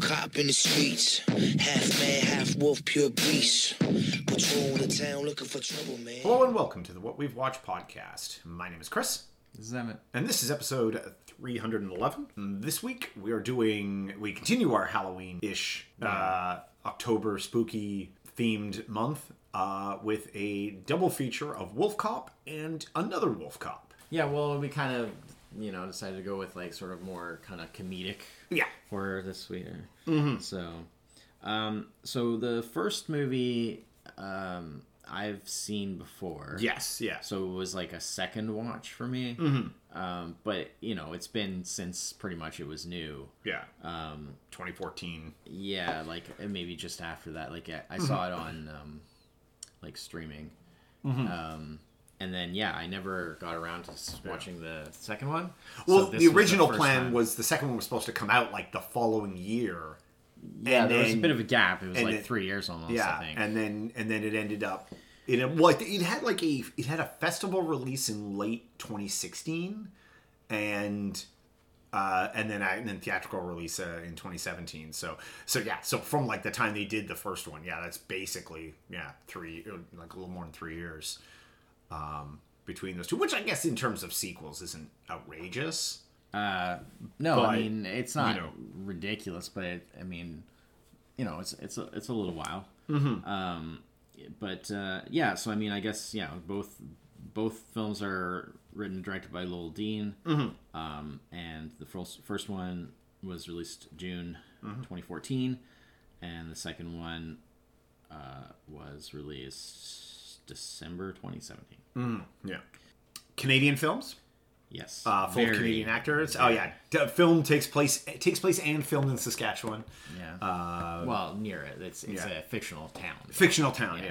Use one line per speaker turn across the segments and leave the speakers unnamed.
cop in the streets. Half man, half wolf, pure beast. Patrol the town looking for trouble, man.
Hello and welcome to the What We've Watched podcast. My name is Chris,
This is Emmett.
and this is episode 311. This week we are doing, we continue our Halloween ish uh, October spooky themed month uh, with a double feature of Wolf Cop and another Wolf Cop.
Yeah, well, we kind of, you know, decided to go with like sort of more kind of comedic
Yeah.
horror this week. So, um, so the first movie um, I've seen before.
Yes, yeah.
So it was like a second watch for me. Mm-hmm. Um, but you know, it's been since pretty much it was new.
yeah. Um, 2014.
Yeah, like uh, maybe just after that. Like I, I saw
Mm-hmm.
it on um, like streaming, um, and then yeah, I never got around to s- watching the second one. So
Well,
this
the
was
original
first
plan
time.
was the second one was supposed to come out like the following year.
yeah,
and
there was a
then-
bit of a gap. It was
and
like
then-
three years almost. I think.
and then and then it ended up. It well, it, it had like a it had a festival release in late 2016, and uh, and then I, and then theatrical release uh, in 2017. So so yeah, so from like the time they did the first one, yeah, that's basically yeah three like a little more than three years um, between those two, which I guess in terms of sequels isn't outrageous.
no,
but,
I mean it's not
know.
ridiculous, but it, I mean, you know, it's it's a, it's a little while.
Mm-hmm.
Um, but uh, yeah, so I mean, I guess yeah, both both films are written and directed by Lowell Dean,
Mm-hmm.
um, and the first first one was released June
Mm-hmm.
2014, and the second one uh, was released December 2017.
Mm-hmm. Yeah, Canadian films.
Yes,
uh, full of
Very-
Canadian actors. Oh yeah, D- film takes place it takes place and filmed in Saskatchewan,
Yeah. well, near it. It's it's
Uh, yeah.
a fictional town.
fictional town. Yeah,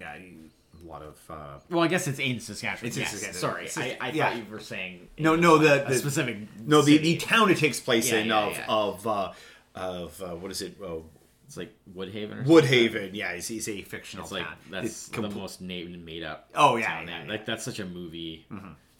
yeah, yeah. yeah. a lot of uh,
Well, I guess it's in Saskatchewan.
It's in
yes.
Saskatchewan.
Sorry,
It's-
I, I
yeah.
thought you were saying
no, no, the,
a
the
specific.
no the, the
city.
town it takes place
Yeah,
in
yeah,
of
yeah.
of uh, of uh, what is it? Uh,
it's like Woodhaven. Or something.
Woodhaven. Yeah, it's, it's a fictional
It's like
town.
that's
It's compl-
the most named made up.
Oh, yeah,
town
yeah,
name.
yeah. Mm-hmm.
like that's such a movie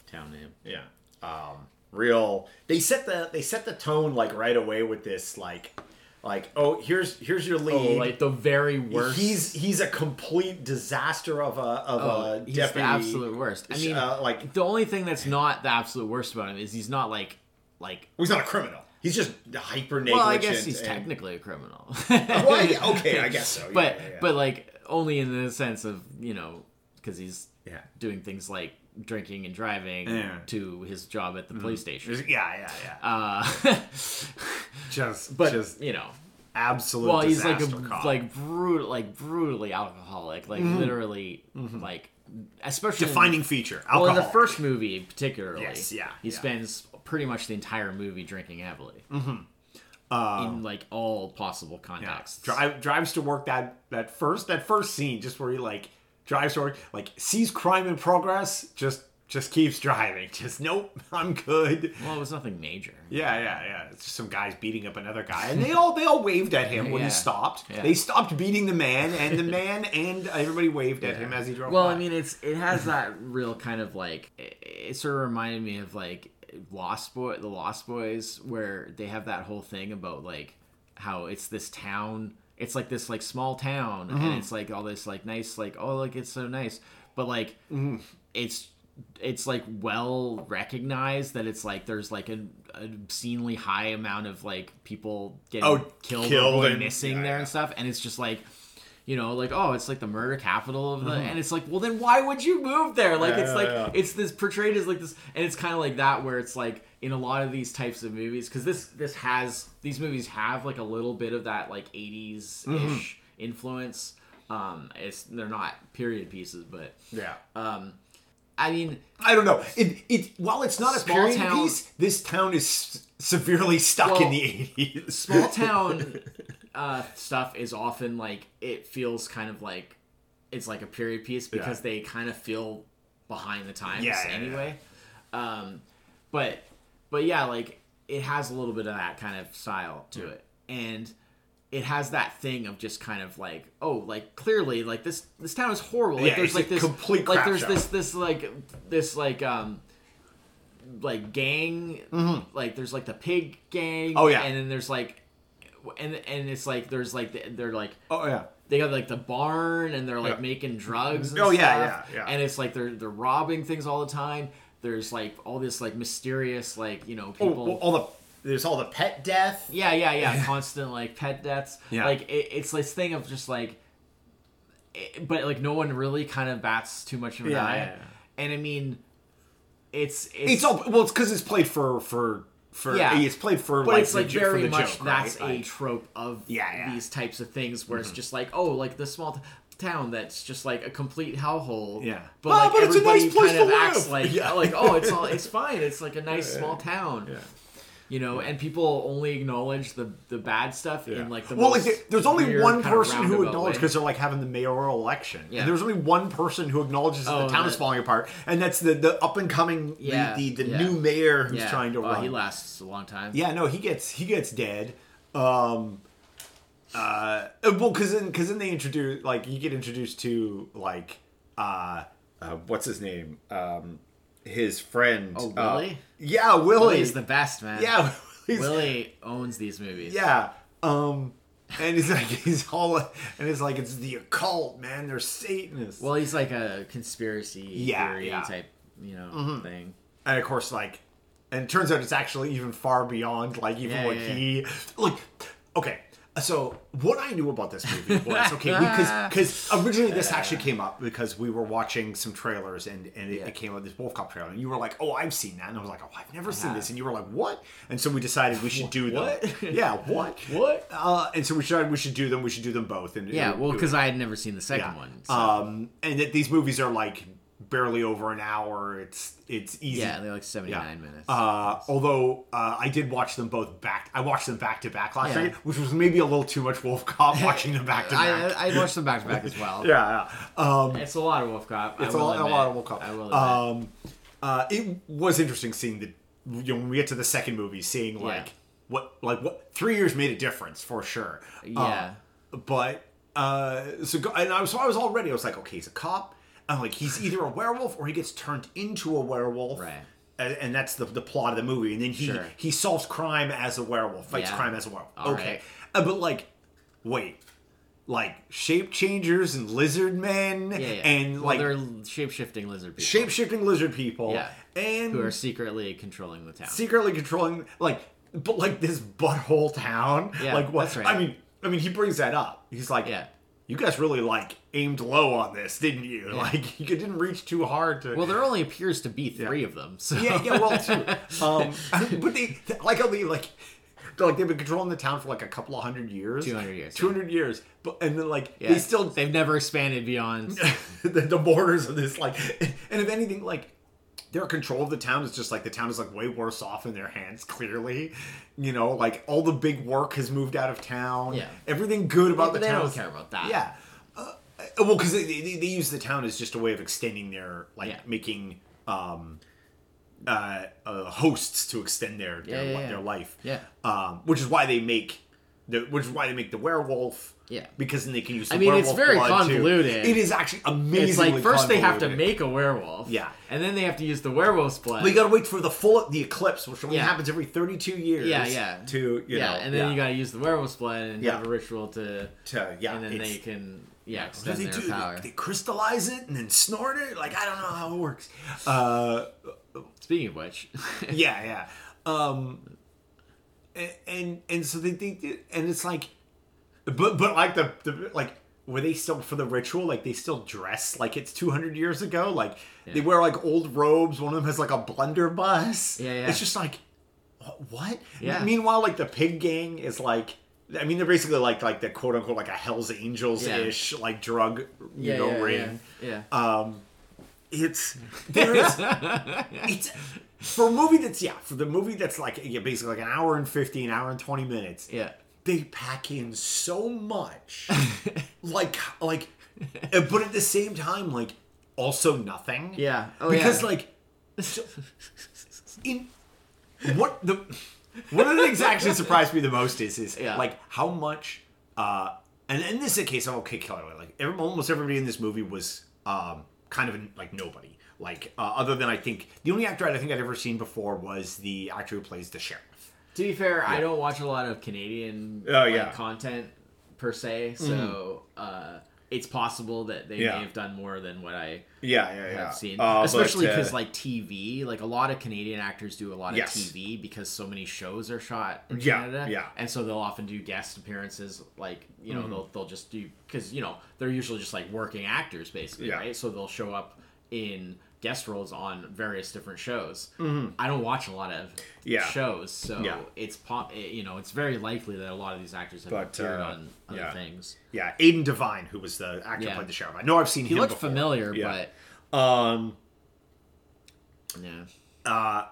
town name.
yeah. Um, real. They set the they set the tone like right away with this like like oh here's here's your lead.
Oh, like the very worst.
He's he's a complete disaster of a of
oh,
a
he's
deputy.
the absolute worst. I mean,
uh, like
the only thing that's not the absolute worst about him is he's not like like.
Well, he's not a criminal. He's just hyper negligent.
Well, I guess he's
and-
technically a criminal.
Well, yeah, okay, I guess so. Yeah,
but
yeah, yeah.
but like only in the sense of you know because he's
Yeah.
doing things like drinking and driving
Yeah. Mm-hmm. e-
to his job at the police station.
yeah, yeah, yeah.
Uh,
just,
but
just
you know,
absolute.
well, he's like a
disaster cop. Mm-hmm.
like brutal, like brutally alcoholic, like literally, like especially in-
defining feature.
Well,
Alcohol.
in the first movie, particularly,
Yes, yeah,
he
yeah.
spends pretty much the entire movie drinking heavily, mm-hmm. in like all possible
Um, yeah.
contexts.
Drive, drives to work that that first that first scene, just where he like drives to work, like sees crime in progress, just just keeps driving. Just nope, I'm good.
Well, it was nothing major.
Yeah, yeah, yeah. It's just some guys beating up another guy, and they all they all waved at him when
Yeah.
he stopped.
Yeah.
They stopped beating the man, and the man and everybody waved at him as he drove.
Well,
by.
I mean, it's it has that real kind of like it, it sort of reminded me of like Lost Boy, the Lost Boys, where they have that whole thing about like how it's this town, it's like this like small town,
Mm-hmm.
and it's like all this like nice like oh look it's so nice, but like
Mm-hmm.
it's it's like well recognized that it's like there's like an obscenely high amount of like people getting
Oh,
killed,
killed
or going
and-
missing
yeah,
there
yeah.
and stuff, and it's just like you know like oh it's like the murder capital of the and it's like well then why would you move there like it's
Uh-huh. Yeah,
like
yeah.
it's this portrayed as like this and it's kind of like that where it's like in a lot of these types of movies because this this has these movies have like a little bit of that like 80s ish
Mm-hmm.
influence um it's they're not period pieces but
yeah.
uh, i mean
I don't know. It it while it's not a
Small
period
town-
piece, this town is s- severely stuck in
Well,
the eighties.
small town uh, stuff is often like it feels kind of like it's like a period piece because they kind of feel behind the times
Yeah, yeah, yeah.
anyway. Um, but but yeah, like it has a little bit of that kind of style to it, and it has that thing of just kind of like oh like clearly like this this town is horrible like
Yeah,
there's
it's
like
a
this
complete
like
crap
there's
show.
this this like this like um like gang like there's like the pig gang
Mm-hmm. Oh, yeah.
and then there's like and and it's like there's like the- they're like
Oh yeah.
they got like the barn and they're like
Yeah.
making drugs. And
Oh, yeah,
stuff,
yeah, yeah.
And it's like they're they're robbing things all the time. There's like all this like mysterious like you know
Oh,
people.
well, all the there's all the pet death.
Yeah, yeah, yeah. Constant like pet deaths.
Yeah.
Like it, it's this thing of just like, it, but like no one really kind of bats too much of an
Yeah,
eye.
yeah, yeah.
And I mean, it's it's,
It's all well. It's because it's played for for for.
Yeah.
It's played for.
but
like,
it's
the
like
jo- for
very
the
much
joke,
that's
right?
a
Like,
trope of
Yeah, yeah. Mm-hmm.
these types of things where it's just like oh like the small t- town that's just like a complete hellhole
Yeah.
but
Oh,
like
but it's a
everybody
nice place
kind of
to
acts
live.
like
Yeah.
like oh it's all it's fine it's like a nice small town you know and people only acknowledge the the bad stuff in like the
well,
most
like, there's only
weird
one
kind of
person who
roundabout
acknowledges
way.
because they're like having the mayoral election.
Yeah.
And there's only one person who acknowledges that
Oh,
the town is
that-
falling apart, and that's the the up and coming
Yeah,
the the, the
yeah.
new mayor who's
yeah.
trying to
Well,
run.
he lasts a long time
Yeah, no, he gets he gets dead. Um uh well cuz then cuz then they introduce like you get introduced to like uh, uh what's his name? Um his friend
Oh,
uh,
Willie?
yeah, Willie.
Willie's the best man
yeah, Willie's,
Willie owns these movies
Yeah. Um and he's like he's all and it's like it's the occult, man. They're satanists.
Well, he's like a conspiracy
Yeah,
theory
yeah. Mm-hmm.
type, you know, thing.
and of course like and it turns out it's actually even far beyond like even
Yeah,
what
yeah,
he like okay so what i knew about this movie was okay because because originally this actually came up because we were watching some trailers and and it,
Yeah.
it came up this wolf cop trailer and you were like oh i've seen that and i was like oh i've never seen this and you were like what and so we decided we should do them
What?
yeah what
What?
uh, and so we decided we should do them we should do them both and
Yeah,
it-
well,
it-
because I had never seen the second
yeah.
one. So,
um and that these movies are like barely over an hour it's it's easy
yeah, they're like seventy nine minutes.
uh, although uh, I did watch them both back, I watched them back to back last
Yeah.
night, which was maybe a little too much Wolf Cop watching them back to
I,
back.
I watched them back to back as well.
Yeah, yeah. Um,
It's a lot of Wolf Cop.
it's
I
a,
will
lot- a
admit.
lot of Wolf Cop.
I will admit.
um, uh, it was interesting seeing the you know when we get to the second movie, seeing like what like what three years made a difference for sure. Uh,
Yeah.
but uh, so go- and I was so I was already I was like okay he's a cop. I'm like he's either a werewolf or he gets turned into a werewolf.
Right.
And, and that's the, the plot of the movie. And then he
Sure.
he solves crime as a werewolf, fights
Yeah.
crime as a werewolf.
All
okay,
right.
Uh, but like, wait, like shape changers and lizard men
yeah, yeah.
and
Well,
like
they're shape shifting lizard people
shape shifting lizard people.
Yeah.
and
who are secretly controlling the town.
secretly controlling like but like this butthole town
Yeah,
like what
that's right.
i mean i mean he brings that up he's like
Yeah.
you guys really like aimed low on this didn't you like you didn't reach too hard to
well, there only appears to be three of them. So
yeah yeah well too um but they like how they like they're, like they've been controlling the town for like a couple of hundred years
200 years, yeah.
200 years but and then like
Yeah.
they still
they've never expanded beyond.
the, the borders of this like and if anything like their control of the town is just like the town is like way worse off in their hands clearly you know like all the big work has moved out of town
Yeah.
everything good about
But
the
they
town
don't
is-
care about that.
yeah uh, well because they, they, they use the town as just a way of extending their like
Yeah.
making um uh, uh hosts to extend their their,
Yeah, yeah,
li-
yeah.
their life
Yeah.
um which is why they make the which is why they make the werewolf
Yeah.
because then they can use the
I mean, it's
werewolf
very
blood, too.
convoluted.
It is actually amazingly.
It's like first they have to
convoluted.
make a werewolf.
Yeah.
And then they have to use the werewolf's blood.
But you gotta wait for the full the eclipse, which only
Yeah.
happens every thirty-two years.
Yeah, yeah.
To you
yeah,
know,
and then you gotta use the werewolf's blood and
Yeah.
have a ritual to,
To- yeah,
and then
it's-
they can yeah
What
extend
do they
their
do?
power.
They, they crystallize it and then snort it. Like I don't know how it works. Uh,
Speaking of which,
yeah, yeah. Um, and and, and so they, they did- and it's like, but but like the, the like were they still for the ritual? Like they still dress like it's two hundred years ago. Like they wear like old robes. One of them has like a blunderbuss.
Yeah, yeah.
It's just like wh- what?
Yeah.
Meanwhile, like the pig gang is like. I mean, they're basically like like the quote unquote like a Hell's Angels ish like drug you
yeah,
know Uh,
yeah,
ring
yeah, yeah.
it's there is it's for a movie that's yeah for the movie that's like yeah, basically like an hour and 50 an hour and 20 minutes
yeah.
they pack in so much like like uh, but at the same time like also nothing
Yeah. Oh,
because
yeah.
like so- in what the one of the things that actually surprised me the most is is
Yeah.
like how much uh and in this is a case I'm okay killer like every, almost everybody in this movie was um kind of an, like nobody like uh, other than I think the only actor I think I'd ever seen before was the actor who plays the sheriff
To be fair, I don't watch a lot of Canadian
Oh,
like,
yeah.
content per se,
Mm-hmm.
so uh, it's possible that they
Yeah.
may have done more than what I
Yeah, yeah,
have
yeah.
seen,
Uh, but,
especially
uh,
because like TV, like a lot of Canadian actors do a lot of
Yes.
TV because so many shows are shot in
Yeah,
Canada,
yeah. Mm-hmm.
and so they'll often do guest appearances, like you know they'll they'll just do because you know they're usually just like working actors basically,
Yeah.
right? So they'll show up in guest roles on various different shows. I don't watch a lot of
Mm-hmm. Yeah.
shows, so
Yeah.
it's pop, you know it's very likely that a lot of these actors have
But,
appeared
uh,
on other
yeah.
things.
Yeah, Aiden Devine, who was the actor who
Yeah.
played the sheriff. I know I've seen
He
him.
looked
before.
familiar,
Yeah. um,
but yeah.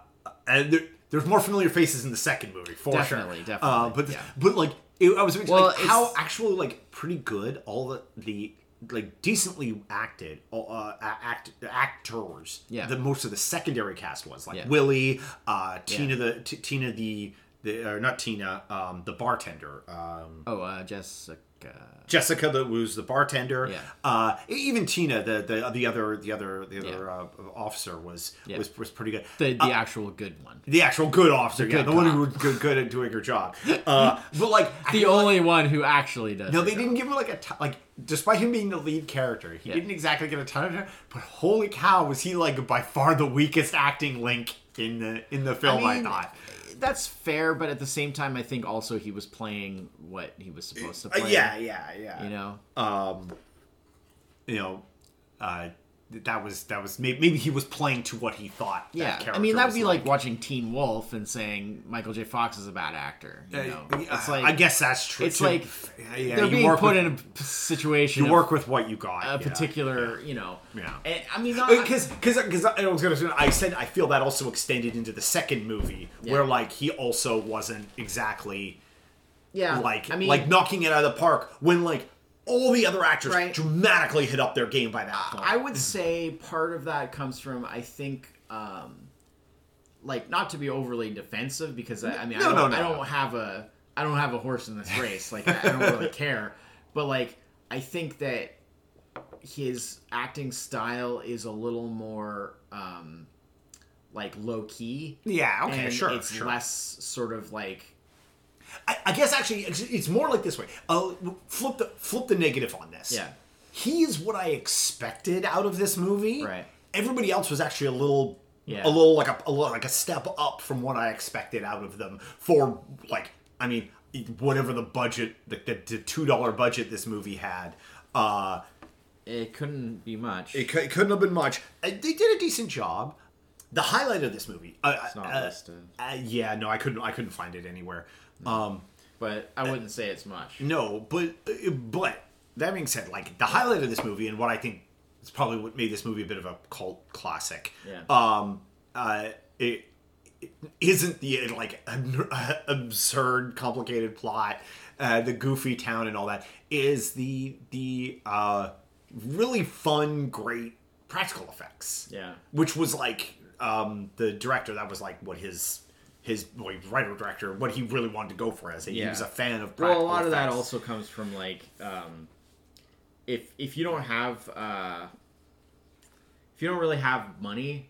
and there, there's more familiar faces in the second movie for
Definitely,
sure.
definitely,
Uh, but
yeah.
but like it, I was amazed,
Well,
like,
it's-
how actually like pretty good all the the like decently acted uh, uh, act actors.
Yeah.
The most of the secondary cast was like
Yeah.
Willie, uh, Tina the t- Tina the. The, or not Tina, um, the bartender. Um,
Oh, uh, Jessica.
Jessica, the, who's the bartender.
Yeah.
Uh, e- even Tina, the, the the other the other the other
Yeah.
uh, officer was
Yeah.
was was pretty good.
the, the actual good one.
The actual good officer, yeah,
good
the one who was good, good at doing her job. Uh, but like,
The only one who actually does.
no,
it.
they didn't give him like a t- like. Despite him being the lead character, he
Yeah.
didn't exactly get a ton of time. But holy cow, was he like by far the weakest acting link in the in the film? I,
mean,
thought.
That's fair, but at the same time, I think also he was playing what he was supposed to
Uh,
play.
yeah, yeah, yeah.
You know?
You know, uh, th- that was that was maybe, maybe he was playing to what he thought. that
yeah. I
character
mean,
was
that'd be like, watching Teen Wolf and saying Michael J. Fox is a bad actor. You know?
Uh,
it's like
I guess that's true.
it's
too.
like
yeah, yeah,
they're
you
being
work
put
with,
in a p- situation.
you
of
work with what you got.
a
yeah.
particular, you know.
Yeah. Uh,
And, I mean, not,
because because because I was gonna say I said I feel that also extended into the second movie where like he also wasn't exactly
yeah.
like
I mean,
like knocking it out of the park when like all the other actors
Right.
dramatically hit up their game by that point.
I would say part of that comes from I think, um, like not to be overly defensive because I, I mean I
No,
don't,
no, no,
I don't
no.
have a I don't have a horse in this race like I, I don't really care but like I think that his acting style is a little more um, like low key
yeah, okay,
and
sure,
it's
sure.
less sort of like
I, I guess actually it's- it's more like this way. Uh, flip the flip the negative on this.
Yeah.
he is what I expected out of this movie.
Right.
Everybody else was actually a little.
Yeah.
A little like a, a little like a step up from what I expected out of them for like I mean whatever the budget the, the, the two dollar budget this movie had uh,
it couldn't be much
it, cou- it couldn't have been much Uh, they did a decent job the highlight of this movie uh, it's
not
uh,
listed.
uh, yeah no I couldn't I couldn't find it anywhere um,
but I wouldn't say it's much
no, but uh, but that being said, like the highlight of this movie and what I think is probably what made this movie a bit of a cult classic.
Yeah.
Um. Uh. It, it isn't the like ab- absurd, complicated plot, uh, the goofy town and all that is the the uh, really fun, great practical effects
Yeah.
which was like um, the director. That was like what his his well, he was writer director what he really wanted to go for as he
Yeah.
was a fan of.
well a
practical
lot of that
effects.
also comes from like um, if if you don't have uh, if you don't really have money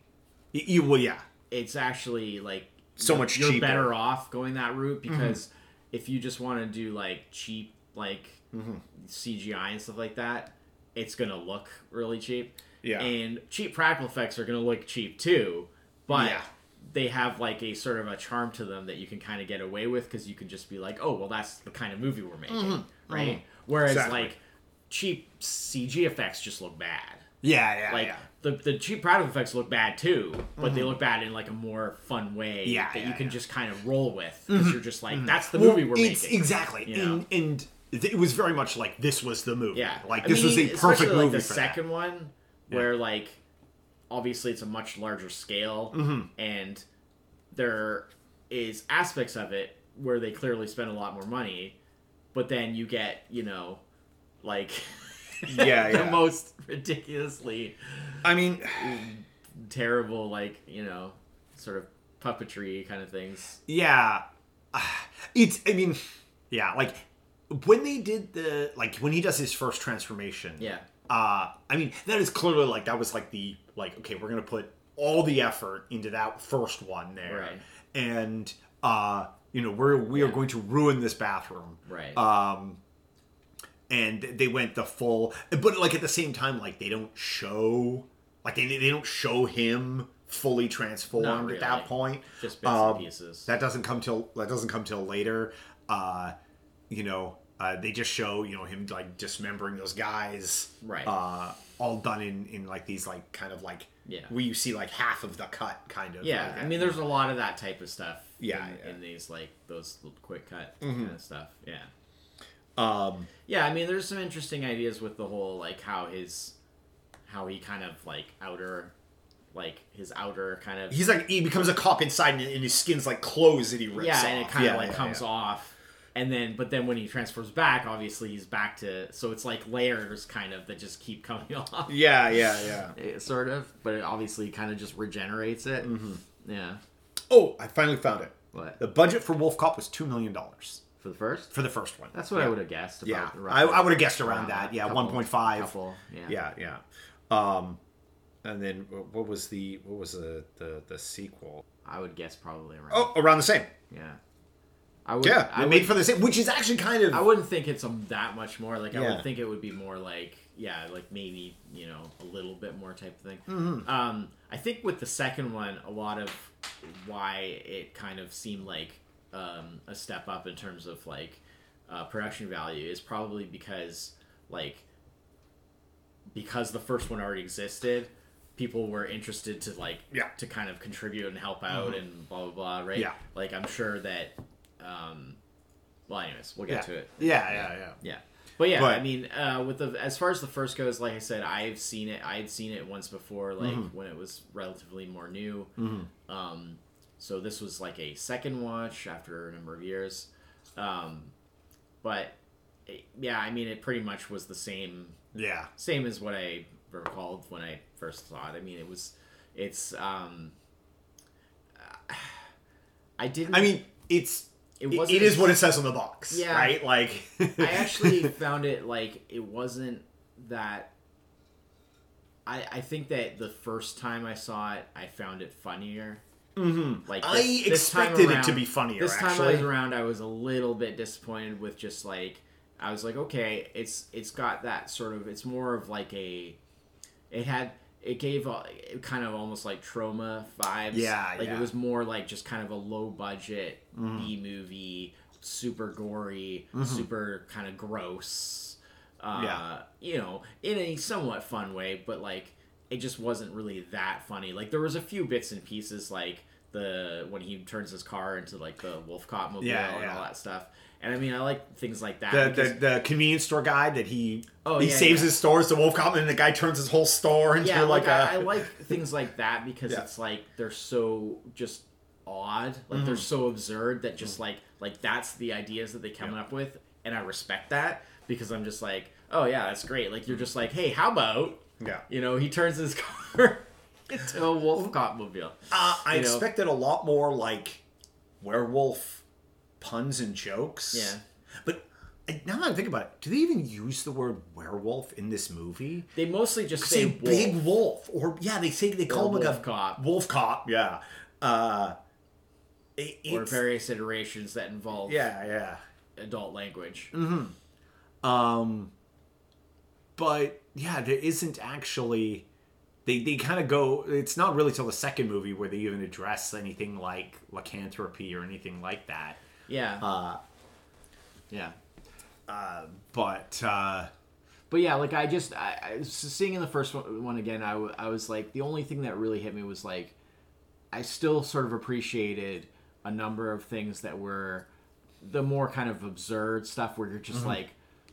Y- you- well, yeah,
it's actually like
So
you're-
much
you're
cheaper. Mm-hmm.
better off going that route because if you just want to do like cheap like
Mm-hmm.
cgi and stuff like that it's gonna look really cheap
Yeah.
and cheap practical effects are gonna look cheap too but
Yeah.
they have like a sort of a charm to them that you can kind of get away with because you can just be like, oh, well, that's the kind of movie we're making, right? Whereas
Mm-hmm. Exactly.
like cheap CG effects just look bad.
yeah, yeah,
Like
yeah. Mm-hmm.
the the cheap practical effects look bad too, but they look bad in like a more fun way
Yeah,
that
yeah,
you can
yeah. Mm-hmm.
just kind of roll with because you're just like, that's the
Well,
movie we're
it's-
making.
exactly,
you know?
and, and th- it was very much like this was the movie.
Yeah,
like
I
this was
mean,
a
especially,
perfect
like,
movie
The
for
second
that.
one, where like obviously it's a much larger scale,
Mm-hmm.
and there is aspects of it where they clearly spend a lot more money, but then you get you know like
yeah,
the
yeah.
most ridiculously
I mean,
terrible like you know sort of puppetry kind of things.
Yeah, it's. I mean, yeah, like when they did the like when he does his first transformation.
Yeah.
uh i mean that is clearly like that was like the like okay we're gonna put all the effort into that first one there
Right.
and uh, you know, we're we are going to ruin this bathroom.
Right.
Um, And they went the full, but like at the same time, like they don't show, like they, they don't show him fully transformed at
really.
that point.
Just bits and pieces.
um, That doesn't come till that doesn't come till later. Uh, you know, uh, they just show you know him like dismembering those guys.
Right.
Uh, all done in in like these like kind of like
Yeah.
where you see like half of the cut kind of
yeah,
like
I
that.
mean, there's a lot of that type of stuff.
Yeah,
in,
yeah. Mm-hmm.
in these like those little quick cut kind of stuff. Yeah. Um.
Um,
Yeah, I mean, there's some interesting ideas with the whole like how his, how he kind of like outer, like his outer kind of
he's like he becomes a cop inside and, and his skin's like clothes that he rips
yeah,
off.
and it kind of
Yeah,
like
yeah,
comes
yeah.
off, and then but then when he transfers back, obviously he's back to so it's like layers kind of that just keep coming off.
Yeah, yeah, yeah.
It, sort of, but it obviously kind of just regenerates it. Mm-hmm. Yeah.
Oh, I finally found it.
What
The budget for Wolf Cop was two million dollars
for the first?
for the first one.
That's what I would have guessed. About
yeah, I,
roughly.
I would have guessed around that.
that.
Yeah,
Couple-
one point five.
couple, yeah.
yeah, yeah. Um, and then wh- what was the what was the the, the sequel?
I would guess probably around.
Oh, around the same.
Yeah. I would.
Yeah,
I
they
would,
made for the same, which is actually kind of.
I wouldn't think it's um, that much more. Like I
Yeah.
would think it would be more like yeah, like maybe you know a little bit more type of thing.
Mm-hmm.
Um, I think with the second one, a lot of why it kind of seemed like um, a step up in terms of like uh, production value is probably because like because the first one already existed people were interested to like
Yeah. Mm-hmm.
to kind of contribute and help out and blah blah blah right
Yeah.
like i'm sure that um well anyways we'll get
yeah.
to it
yeah, yeah, yeah,
yeah but yeah
But-
i mean uh with the as far as the first goes like i said i've seen it i had seen it once before like
Mm-hmm.
when it was relatively more new um so this was like a second watch after a number of years um but it, yeah i mean it pretty much was the same
yeah.
same as what I recalled when I first saw it. I mean, it was, it's, um, I didn't.
I mean, it's
It
it, it
wasn't-
is what it says on the box,
Yeah.
right? Like,
I actually found it like it wasn't that. I I think that the first time I saw it, I found it funnier. Mm-hmm. Like
I
this- this time
expected it to
around-
be funnier,
This time I
actually.
was around, I was a little bit disappointed with just like I was like, okay, it's it's got that sort of it's more of like a it had it gave a it kind of almost like trauma vibes.
Yeah, yeah.
like
Mm-hmm.
it was more like just kind of a low budget B movie, super gory, super kind of gross. Uh,
Yeah.
you know, in a somewhat fun way, but like it just wasn't really that funny. Like there was a few bits and pieces, like the when he turns his car into like the wolf cop mobile
Yeah,
and
yeah.
all that stuff. And I mean, I like things like that.
the,
Ah, because-
the the convenience store guy that he
Oh,
he
yeah,
saves
yeah.
his stores to Wolf Cop, and the guy turns his whole store into
yeah,
like,
like, I I
a
like things like that because
Yeah.
it's like they're so just odd, like
Mm.
they're so absurd that just like like that's the ideas that they come up with, and I respect that because I'm just like, oh yeah, that's great. Like you're
Mm.
just like, hey, how about
yeah.
you know he turns his car into a wolf cop mobile.
Uh, I
you know?
expected a lot more like werewolf puns and jokes.
Yeah.
but I- now that I think about it, do they even use the word werewolf in this movie?
They mostly just
Say
say wolf.
big wolf, or yeah, they say they call him like
wolf
a
cop.
wolf cop. Yeah, uh, it,
or
it's-
various iterations that involve
yeah, Mm-hmm. yeah.
adult language.
Um, but yeah, there isn't actually. They, they kind of go. It's not really till the second movie where they even address anything like lycanthropy or anything like that.
Yeah,
Uh,
yeah.
but uh,
But yeah, like I just I, I seeing in the first one, one again, I, w- I was like the only thing that really hit me was like I still sort of appreciated a number of things that were the more kind of absurd stuff where you're just like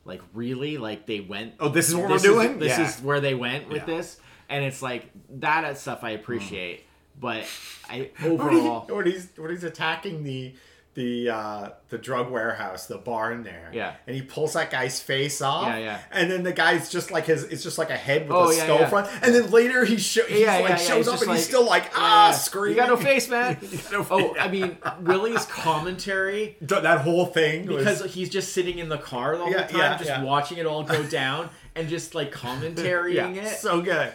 like really like they went
Mm-hmm. oh, this is what
this
we're
is-
doing.
this
yeah.
is where they went with
Yeah. Mm.
this, and it's like that uh, stuff I appreciate, but I
When he-
overall
when he's when he's attacking the the uh the drug warehouse the barn there
Yeah.
and he pulls that guy's face off
Yeah, yeah.
and then the guy's just like his it's just like a head with
Oh,
a
yeah,
skull
yeah.
front and then later he sho- he's
Yeah,
like
yeah, yeah,
shows
he's
up
just
and he's
like,
still like ah
yeah,
screaming
You got no face, man.
no
oh, I mean Willie's commentary
Th- that whole thing was-
because he's just sitting in the car the whole
Yeah,
time,
yeah,
just
yeah.
watching it all go down and just like commentarying
yeah,
it.
so good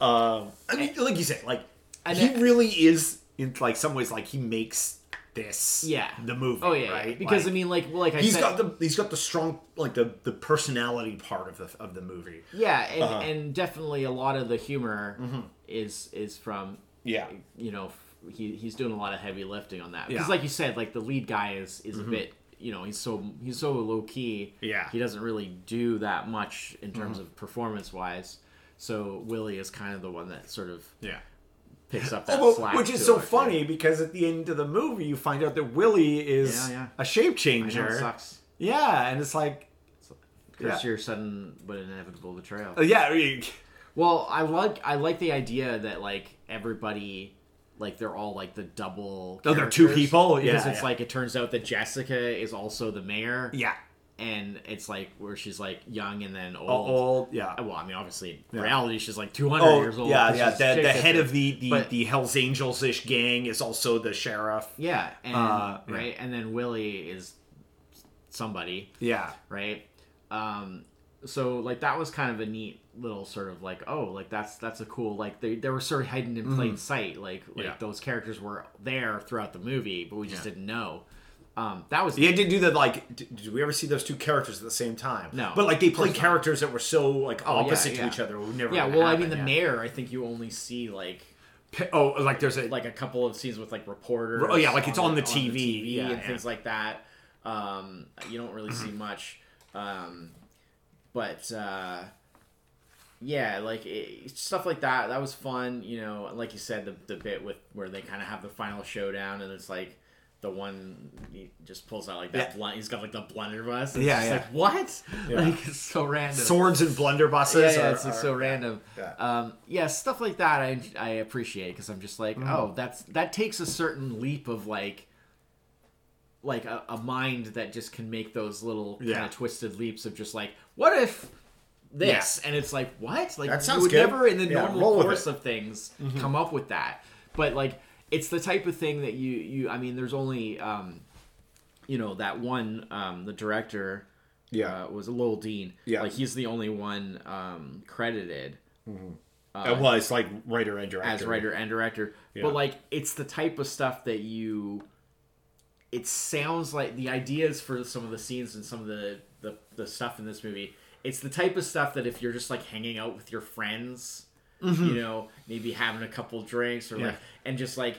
um i mean like you said like
And
he
it-
really is in like some ways like he makes this.
yeah
The movie.
oh yeah yeah.
Right.
because
Like,
i mean like well, like i
he's
said
got the he's got the strong like the the personality part of the of the movie.
yeah and,
Uh-huh.
and definitely a lot of the humor
Mm-hmm.
is is from
Yeah.
you know f- he, he's doing a lot of heavy lifting on that because
Yeah. Mm-hmm.
like you said like the lead guy is is a bit you know he's so he's so low key
Yeah. Mm-hmm.
he doesn't really do that much in terms of performance wise so willie is kind of the one that sort of
Yeah.
picks up that
Although,
slack
Oh, which is
to
so
it.
funny because at the end of the movie you find out that Willie is
Yeah, yeah.
a shape
I
changer.
know, it sucks
Yeah, and it's like
because
Yeah.
your sudden but inevitable betrayal
uh, yeah, I mean,
Well, I like I like the idea that like everybody like they're all like the double.
Oh, they're two
characters,
people?
because
Yeah,
it's
yeah.
like it turns out that Jessica is also the mayor.
yeah,
and it's like where she's like young and then old.
Uh, old, yeah.
Well, I mean, obviously, in reality, she's like two hundred
Oh,
years old.
yeah,
because
yeah.
she's
The, the
shapeshifter.
head of the the,
But-
the Hell's Angels ish gang is also the sheriff.
yeah, and
Uh, yeah.
right, and then Willie is somebody.
Yeah,
right? Um, so like that was kind of a neat little sort of like oh like that's that's a cool like they they were sort of hidden in plain sight like like
Mm. Yeah.
those characters were there throughout the movie but we just
Yeah.
didn't know. Um, that was
you had to do that. Like, d- did we ever see those two characters at the same time?
No,
but like they
of course
played
not. Oh,
characters that were so like
yeah,
opposite
yeah.
to each other. it would never
yeah.
gonna
Well, I
happen,
mean the
yeah.
mayor I think you only see like
P- Oh, like there's a
like a couple of scenes with like reporters.
Oh, yeah, like it's on the TV, yeah,
and
yeah. Mm-hmm.
things like that. Um, you don't really see much, um, but uh, yeah, like it, stuff like that. That was fun. You know, like you said, the the bit with where they kind of have the final showdown, and it's like. The one he just pulls out like that
Yeah.
blunt. He's got like the blunderbuss. And
Yeah,
it's just
yeah.
Like what?
Yeah.
Like it's so random
swords and
yeah,
blunderbusses.
yeah,
are-
it's like
are-
so random.
yeah.
Um, yeah, stuff like that I I appreciate because I'm just
Mm-hmm.
like, oh, that's that takes a certain leap of like, like a, a mind that just can make those little kind
Yeah.
of twisted leaps of just like, what if this? And it's like, what? Like
That
you
sounds
would
good.
never in the
Yeah, roll
normal
with
course
it. Mm-hmm.
of things come up with that, but like it's the type of thing that you you I mean, there's only um, you know that one um, the director
Yeah.
uh, was Lowell Dean.
Yeah.
Like he's the only one um, credited
Uh, well, it's like writer and director.
as writer and director.
Yeah.
But like it's the type of stuff that you it sounds like the ideas for some of the scenes and some of the the, the stuff in this movie, it's the type of stuff that if you're just like hanging out with your friends, you know, maybe having a couple drinks or like
Mm-hmm. Yeah.
and just like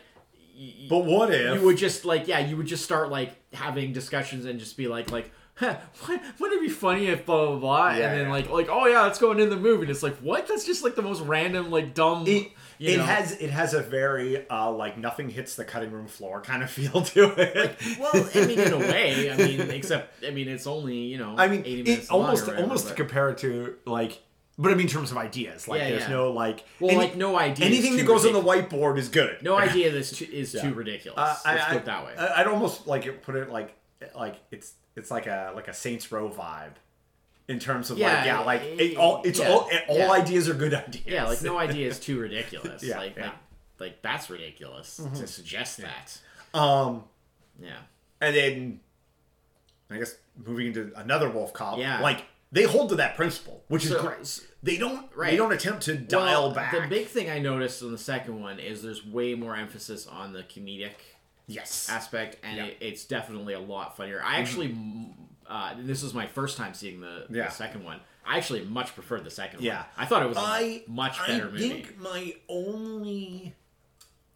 y-
But what if
you would just like yeah you would just start like having discussions and just be like like huh, what, wouldn't it be funny if blah blah blah
Yeah,
and then
yeah.
like like oh yeah it's going in the movie and it's like what that's just like the most random like dumb
it,
you
it
know.
has it has a very uh like nothing hits the cutting room floor kind of feel to it.
well I mean in a way I mean except I mean it's only you know
I mean,
80
it
minutes long or
almost
whatever,
almost to
but-
compare it to like, but I mean in terms of ideas, like
Yeah,
there's
yeah.
no like
Well, like, no idea is
Anything
too
that goes on the whiteboard is good.
no idea this too, is too ridiculous
Uh, I,
let's
I,
put it that way
I, would almost like it, put it like like it's it's like a like a Saints Row vibe. In terms of
Yeah,
like yeah, like it
yeah,
all it's
yeah,
all all
yeah.
ideas are good ideas.
yeah like no idea is too ridiculous
Yeah,
like,
yeah. Mm-hmm.
like like that's ridiculous to suggest that
um
yeah
And then, I guess moving into another Wolf Cop,
Yeah.
like they hold to that principle, which
So-
is great. They don't,
Right.
they don't attempt to dial
Well,
back.
The big thing I noticed on the second one is there's way more emphasis on the comedic
yes,
aspect, and
Yeah. Mm-hmm.
it, it's definitely a lot funnier. I actually, mm uh, this was my first time seeing the,
Yeah.
the second one. I actually much preferred the second
Yeah.
one. I thought it was a
I
much
I
better movie.
think my only,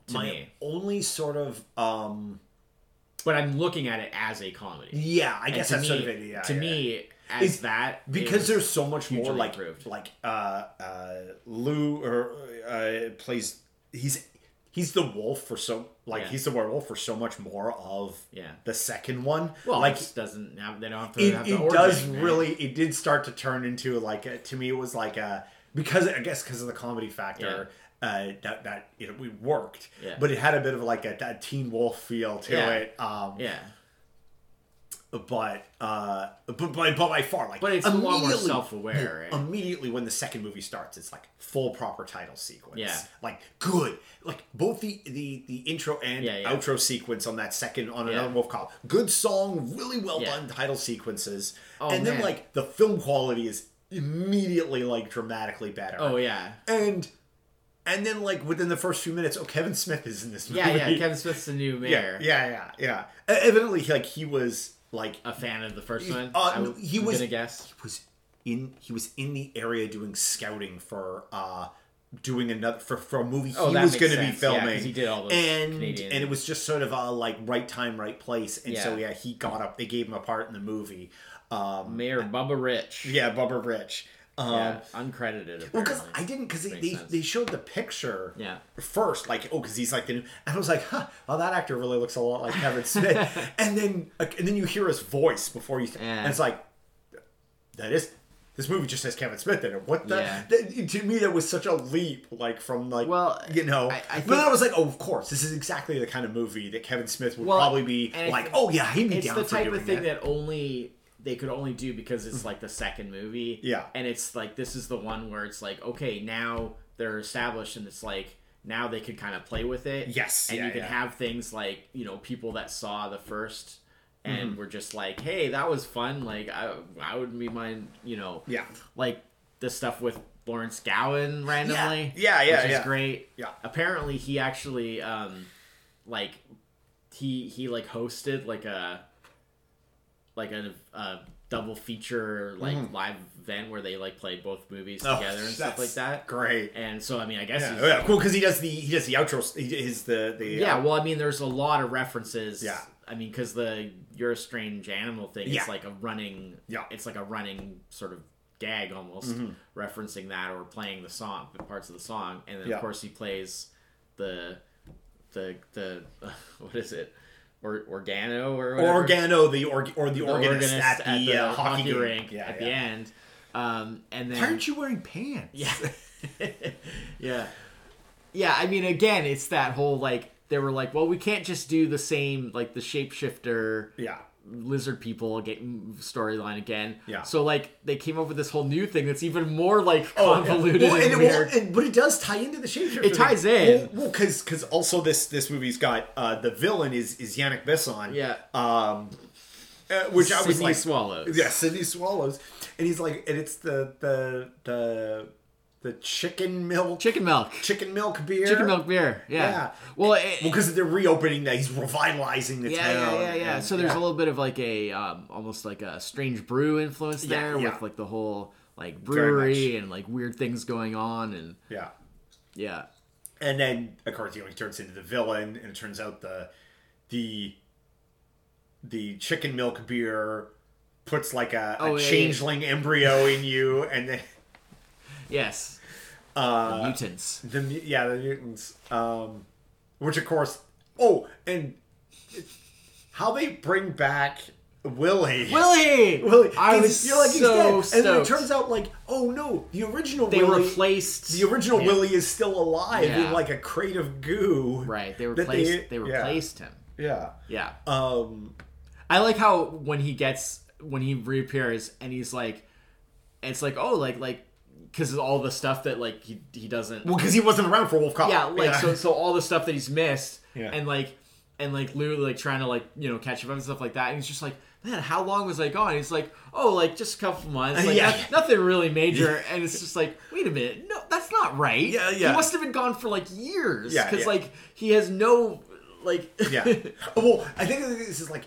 To
my
me.
only sort of, um,
But I'm looking at it as a comedy.
yeah, I guess
to
that's
me,
sort of it. Yeah,
to
yeah.
me, as
It's-
that
because
is-
there's so much more
hugely
like
improved.
like uh uh Lou or uh plays he's he's the wolf for so like
Yeah.
he's the werewolf for so much more of
Yeah.
the second one
well,
like
like doesn't have they don't have to
it,
have the
it
origin,
does
right?
really it did start to turn into like a, to me it was like a because I guess because of the comedy factor uh that that you know, we worked
Yeah.
but it had a bit of like a, that Teen Wolf feel to
Yeah.
it um
yeah.
but uh but by, but by far like
But it's a lot more
immediately-
self-aware,
yeah,
right?
immediately when the second movie starts it's like full proper title sequence
Yeah.
like good like both the the the intro and
Yeah, yeah.
outro sequence on that second on
Yeah.
another wolf call good song really well
Yeah.
done title sequences
Oh,
and then
man.
like the film quality is immediately like dramatically better
Oh yeah.
and and then like within the first few minutes, oh, Kevin Smith is in this movie.
Yeah, yeah. Kevin Smith's the new
yeah,
mayor.
yeah, yeah, yeah. E- Evidently, like he was like
A fan of the first one.
Uh,
I
no,
w-
he
I'm
was-
gonna guess.
was in he was in the area doing scouting for uh doing another for, for a movie
Oh,
he
that
was
makes
going to be
sense. Yeah, 'cause
filming
he did all those
and
Canadian-
and it was just sort of a like right time right place and so
Yeah.
yeah he got up they gave him a part in the movie um
Mayor Bubba Rich.
yeah Bubba Rich um
Yeah, uncredited.
Well, because
apparently.
I didn't, because they,
Makes
they,
sense.
they showed the picture
Yeah.
first, like, oh, because he's like the new, and I was like, huh, well, that actor really looks a lot like Kevin Smith. and then, like, and then you hear his voice before you, and it's like, that is, this movie just has Kevin Smith in it. What the,
Yeah.
that- to me, that was such a leap, like, from, like,
Well,
you know,
I- I think-
but then I was like, oh, of course, this is exactly the kind of movie that Kevin Smith would
Well,
probably be
and I
like,
think-
oh, yeah, he'd be
it's
down
the
for
type
doing
of thing
that.
that. only they could only do because it's like the second movie.
Yeah.
And it's like this is the one where it's like, okay, now they're established and it's like now they could kind of play with it.
Yes,
And
yeah,
you can
yeah.
have things like, you know, people that saw the first and
Mm-hmm.
were just like, hey, that was fun. Like I I wouldn't be mind, you know.
Yeah.
Like the stuff with Lawrence Gowan randomly.
Yeah, yeah,
Which is
yeah.
great.
Yeah.
Apparently he actually um like he he like hosted like a like a, a double feature like live event where they like played both movies
Mm-hmm. Oh,
together and stuff
that's
like that.
Great.
And so I mean I guess
Yeah, oh,
he's-
yeah, cool. Because he does the he does the outro. He is the uh, the
yeah, well I mean there's a lot of references.
Yeah.
I mean because the you're a strange animal thing
Yeah.
it's like a running
Yeah. Mm-hmm.
it's like a running sort of gag almost referencing that or playing the song parts of the song and then
Yeah.
of course he plays the the the what is it or organo or whatever.
Or Organo, the org, or the, organist, at the, uh, hockey, game.
rink
Yeah,
at
yeah.
the end. Um, and then
Why aren't you wearing pants?
yeah, yeah, yeah. I mean, again, it's that whole like they were like, well, we can't just do the same like the shapeshifter
yeah,
lizard people get storyline again.
Yeah.
So like they came up with this whole new thing that's even more like
Oh, yeah.
convoluted
Well,
and,
and it- well,
weird.
and- but it does tie into the shapeshifter.
It ties in.
Well, because because also this this movie's got uh, the villain is is Yannick Besson.
yeah.
Um, uh, which I was
Sydney
like,
swallows.
yeah, Sydney swallows, and he's like, and it's the the the the chicken milk
Chicken milk.
chicken milk beer
Chicken milk beer. Yeah.
Yeah.
Well, it,
Well, because they're reopening that, he's revitalizing the
yeah,
town.
yeah, yeah, yeah.
and-
So there's
yeah.
a little bit of like a um, almost like a strange brew influence
Yeah,
there
yeah.
with like the whole like
Very
brewery
much.
and like weird things going on and
yeah.
yeah,
And then, of course, you know, he turns into the villain, and it turns out the the the chicken milk beer puts like a,
Oh,
a
yeah, yeah.
changeling embryo in you, and then
yes,
uh,
mutants.
the mu- yeah the mutants, um, which of course, oh, and how they bring back Willie.
Willie,
Willie,
I
he's-
was
you're like he's dead.
so
and then it
stoked.
turns out like, oh no, the original
they
Willie,
replaced
the original
him.
Willie is still alive
Yeah.
in like a crate of goo.
Right, they
that
replaced. They,
yeah,
replaced him.
Yeah.
Yeah,
Um.
I like how when he gets when he reappears and he's like, it's like oh like like because all the stuff that like he he doesn't
Well, because he wasn't around for Wolf Cop.
yeah like so so all the stuff that he's missed
Yeah.
and like and like Lou like trying to like you know catch up and stuff like that and he's just like man how long was I gone he's like oh like just a couple months like
Yeah.
noth- nothing really major and it's just like wait a minute no that's not right
Yeah, yeah.
he must have been gone for like years
Yeah,
because
yeah.
like he has no like
yeah. Oh, Well, I think this is like.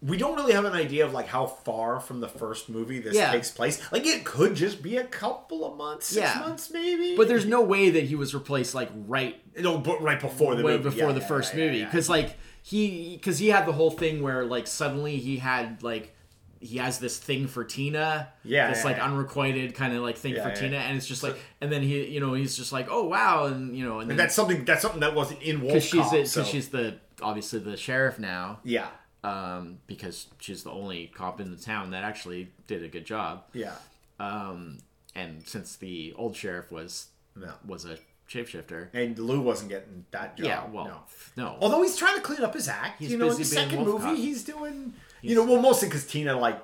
We don't really have an idea of like how far from the first movie this
Yeah.
takes place. Like it could just be a couple of months, six
Yeah.
months maybe.
but there's no way that he was replaced like right
no, but right before the
way
movie.
before
Yeah,
the
yeah,
first
yeah, yeah,
movie
yeah.
because like he because he had the whole thing where like suddenly he had like he has this thing for Tina,
Yeah,
this
yeah,
like
yeah.
unrequited kind of like thing
Yeah,
for
yeah.
Tina, and it's just like, and then he, you know, he's just like, oh wow, and you know, and then
And that's something that's something that wasn't in Wolf
because she's
Cop,
it,
so-
she's the obviously the sheriff now,
yeah,
um, because she's the only cop in the town that actually did a good job,
yeah,
um, and since the old sheriff was
no.
was a shapeshifter,
And Lou wasn't getting that job.
yeah, well,
no.
no,
Although he's trying to clean up his act,
He's
you know, in the
busy being
second movie
Wolfcott.
he's doing, you know, well, mostly because Tina like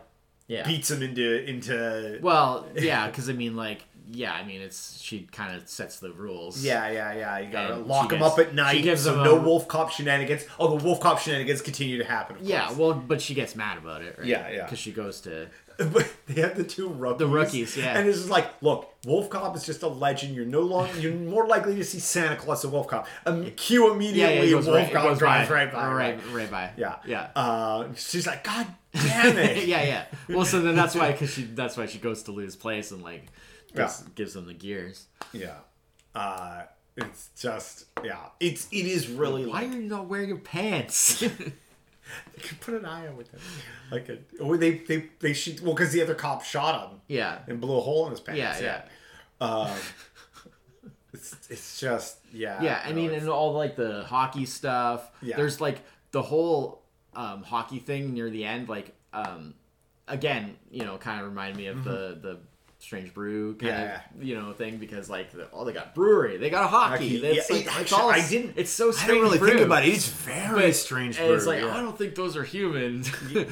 yeah,
beats him into into.
Well, yeah, because I mean, like yeah, I mean, it's she kind of sets the rules.
Yeah, yeah, yeah. You gotta
And
lock
she
them
gets-
up at night.
she gives
so
them
no
a-
wolf cop shenanigans. Oh, the wolf cop shenanigans continue to happen. Of
Yeah,
course.
well, but she gets mad about it, right?
Yeah, yeah.
Because she goes to
But they have the two rookies.
The rookies, yeah.
And it's just like, look, Wolf Cop is just a legend. You're no longer, you're more likely to see Santa Claus than Wolf Cop. Um, cue
yeah, yeah,
immediately,
it
and
goes
Wolf
right, it
Cop
goes
drives
by,
right by.
right, right by.
Yeah,
yeah.
Uh, she's like, God damn
yeah,
it!
yeah. Well, so then that's why, because she that's why she goes to Lou's place and like gives, gives them the gears.
yeah. Uh, it's just, yeah. It's it is really
Why
like
do you not wear your pants?
you could put an eye out with them, like a, or they they they shoot well because the other cop shot him
yeah,
and blew a hole in his pants.
yeah, yeah,
It's it's just yeah.
yeah. I
no,
mean,
it's-
and all like the hockey stuff.
Yeah.
There's like the whole um, hockey thing near the end. Like, um, again, you know, kind of reminded me of the the. Strange brew kind
Mm-hmm. Yeah.
of you know thing because like the, oh they got brewery they got hockey,
Hockey,
That's,
yeah,
like,
it-
it's
actually,
all
I didn't-
it's so
I didn't
strange
really think
brew.
about it. It's very
But-
strange.
and
brew,
it's like
yeah.
I don't think those are human.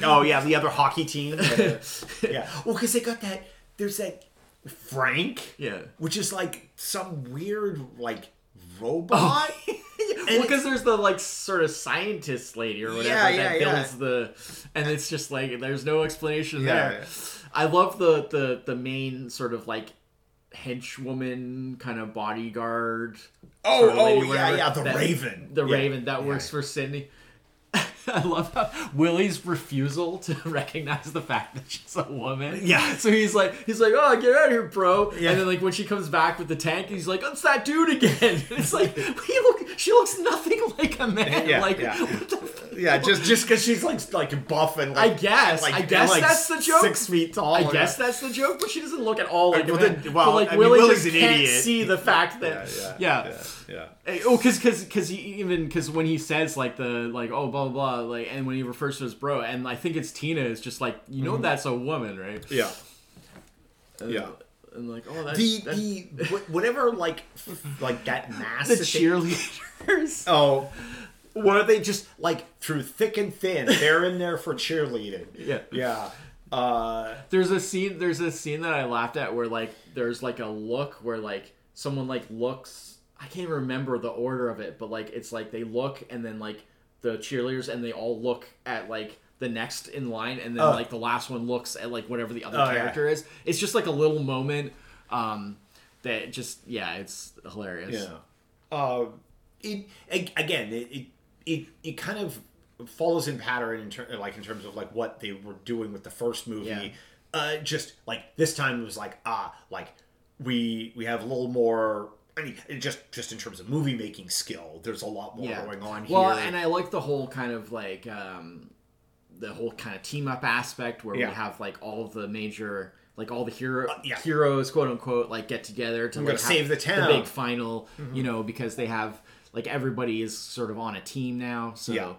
Oh yeah, the other hockey team. Yeah, yeah. well, because they got that. There's that Frank.
Yeah.
Which is like some weird like robot.
Oh. Well, because there's the like sort of scientist lady or whatever
Yeah,
that
yeah,
builds the, and it's just like there's no explanation
Yeah,
there.
yeah.
I love the the the main sort of like henchwoman kind of bodyguard.
oh,
sort of
oh
lady,
yeah,
whatever,
yeah. The
that-
Raven.
The
Yeah.
Raven that works for Sydney. I love how Willie's refusal to recognize the fact that she's a woman.
Yeah.
So he's like, he's like, oh, get out of here, bro.
Yeah.
And then like when she comes back with the tank, he's like, it's that dude again. it's like he look, she looks nothing like a man.
Yeah,
like,
yeah.
what the f-
Yeah, just just because she's like like buff and
I
like,
guess, I guess
like,
that's the joke.
Six feet tall.
I guess that's the joke, but she doesn't look at all like
Uh, Well,
a man.
then- well,
but like
I mean,
Willie
Willie's
just
an
can't
idiot.
see the fact that
Yeah,
yeah.
yeah.
Eh, Oh, because because because he even because when he says like the like oh blah blah blah like and when he refers to his bro and I think it's Tina is just like you know that's a woman right
Yeah.
and,
yeah.
and like oh that's
Uh, The
that-
the wh- whatever like like that mass
the
that they-
cheerleaders
Oh, what are they just like through thick and thin? They're in there for cheerleading.
yeah
Yeah. Uh,
there's a scene there's a scene that I laughed at where like there's like a look where like someone like looks I can't remember the order of it but like it's like they look and then like the cheerleaders and they all look at like the next in line and then
Oh.
like the last one looks at like whatever the other
Oh, yeah.
character is it's just like a little moment um that just yeah it's hilarious
yeah. Uh, it ag- again. It it it, it kind of follows in pattern in ter- like in terms of like what they were doing with the first movie.
Yeah.
Uh, just like this time it was like ah like we we have a little more. I mean, it just just in terms of movie making skill, there's a lot more
yeah
going on here.
well and I like the whole kind of like um the whole kind of team up aspect where
Yeah. Uh,
we have like all of the major like all the hero
yeah.
heroes quote unquote like get together to
We're
like,
gonna save the town. Mm-hmm.
big final you know because they have like everybody is sort of on a team now so
Yeah.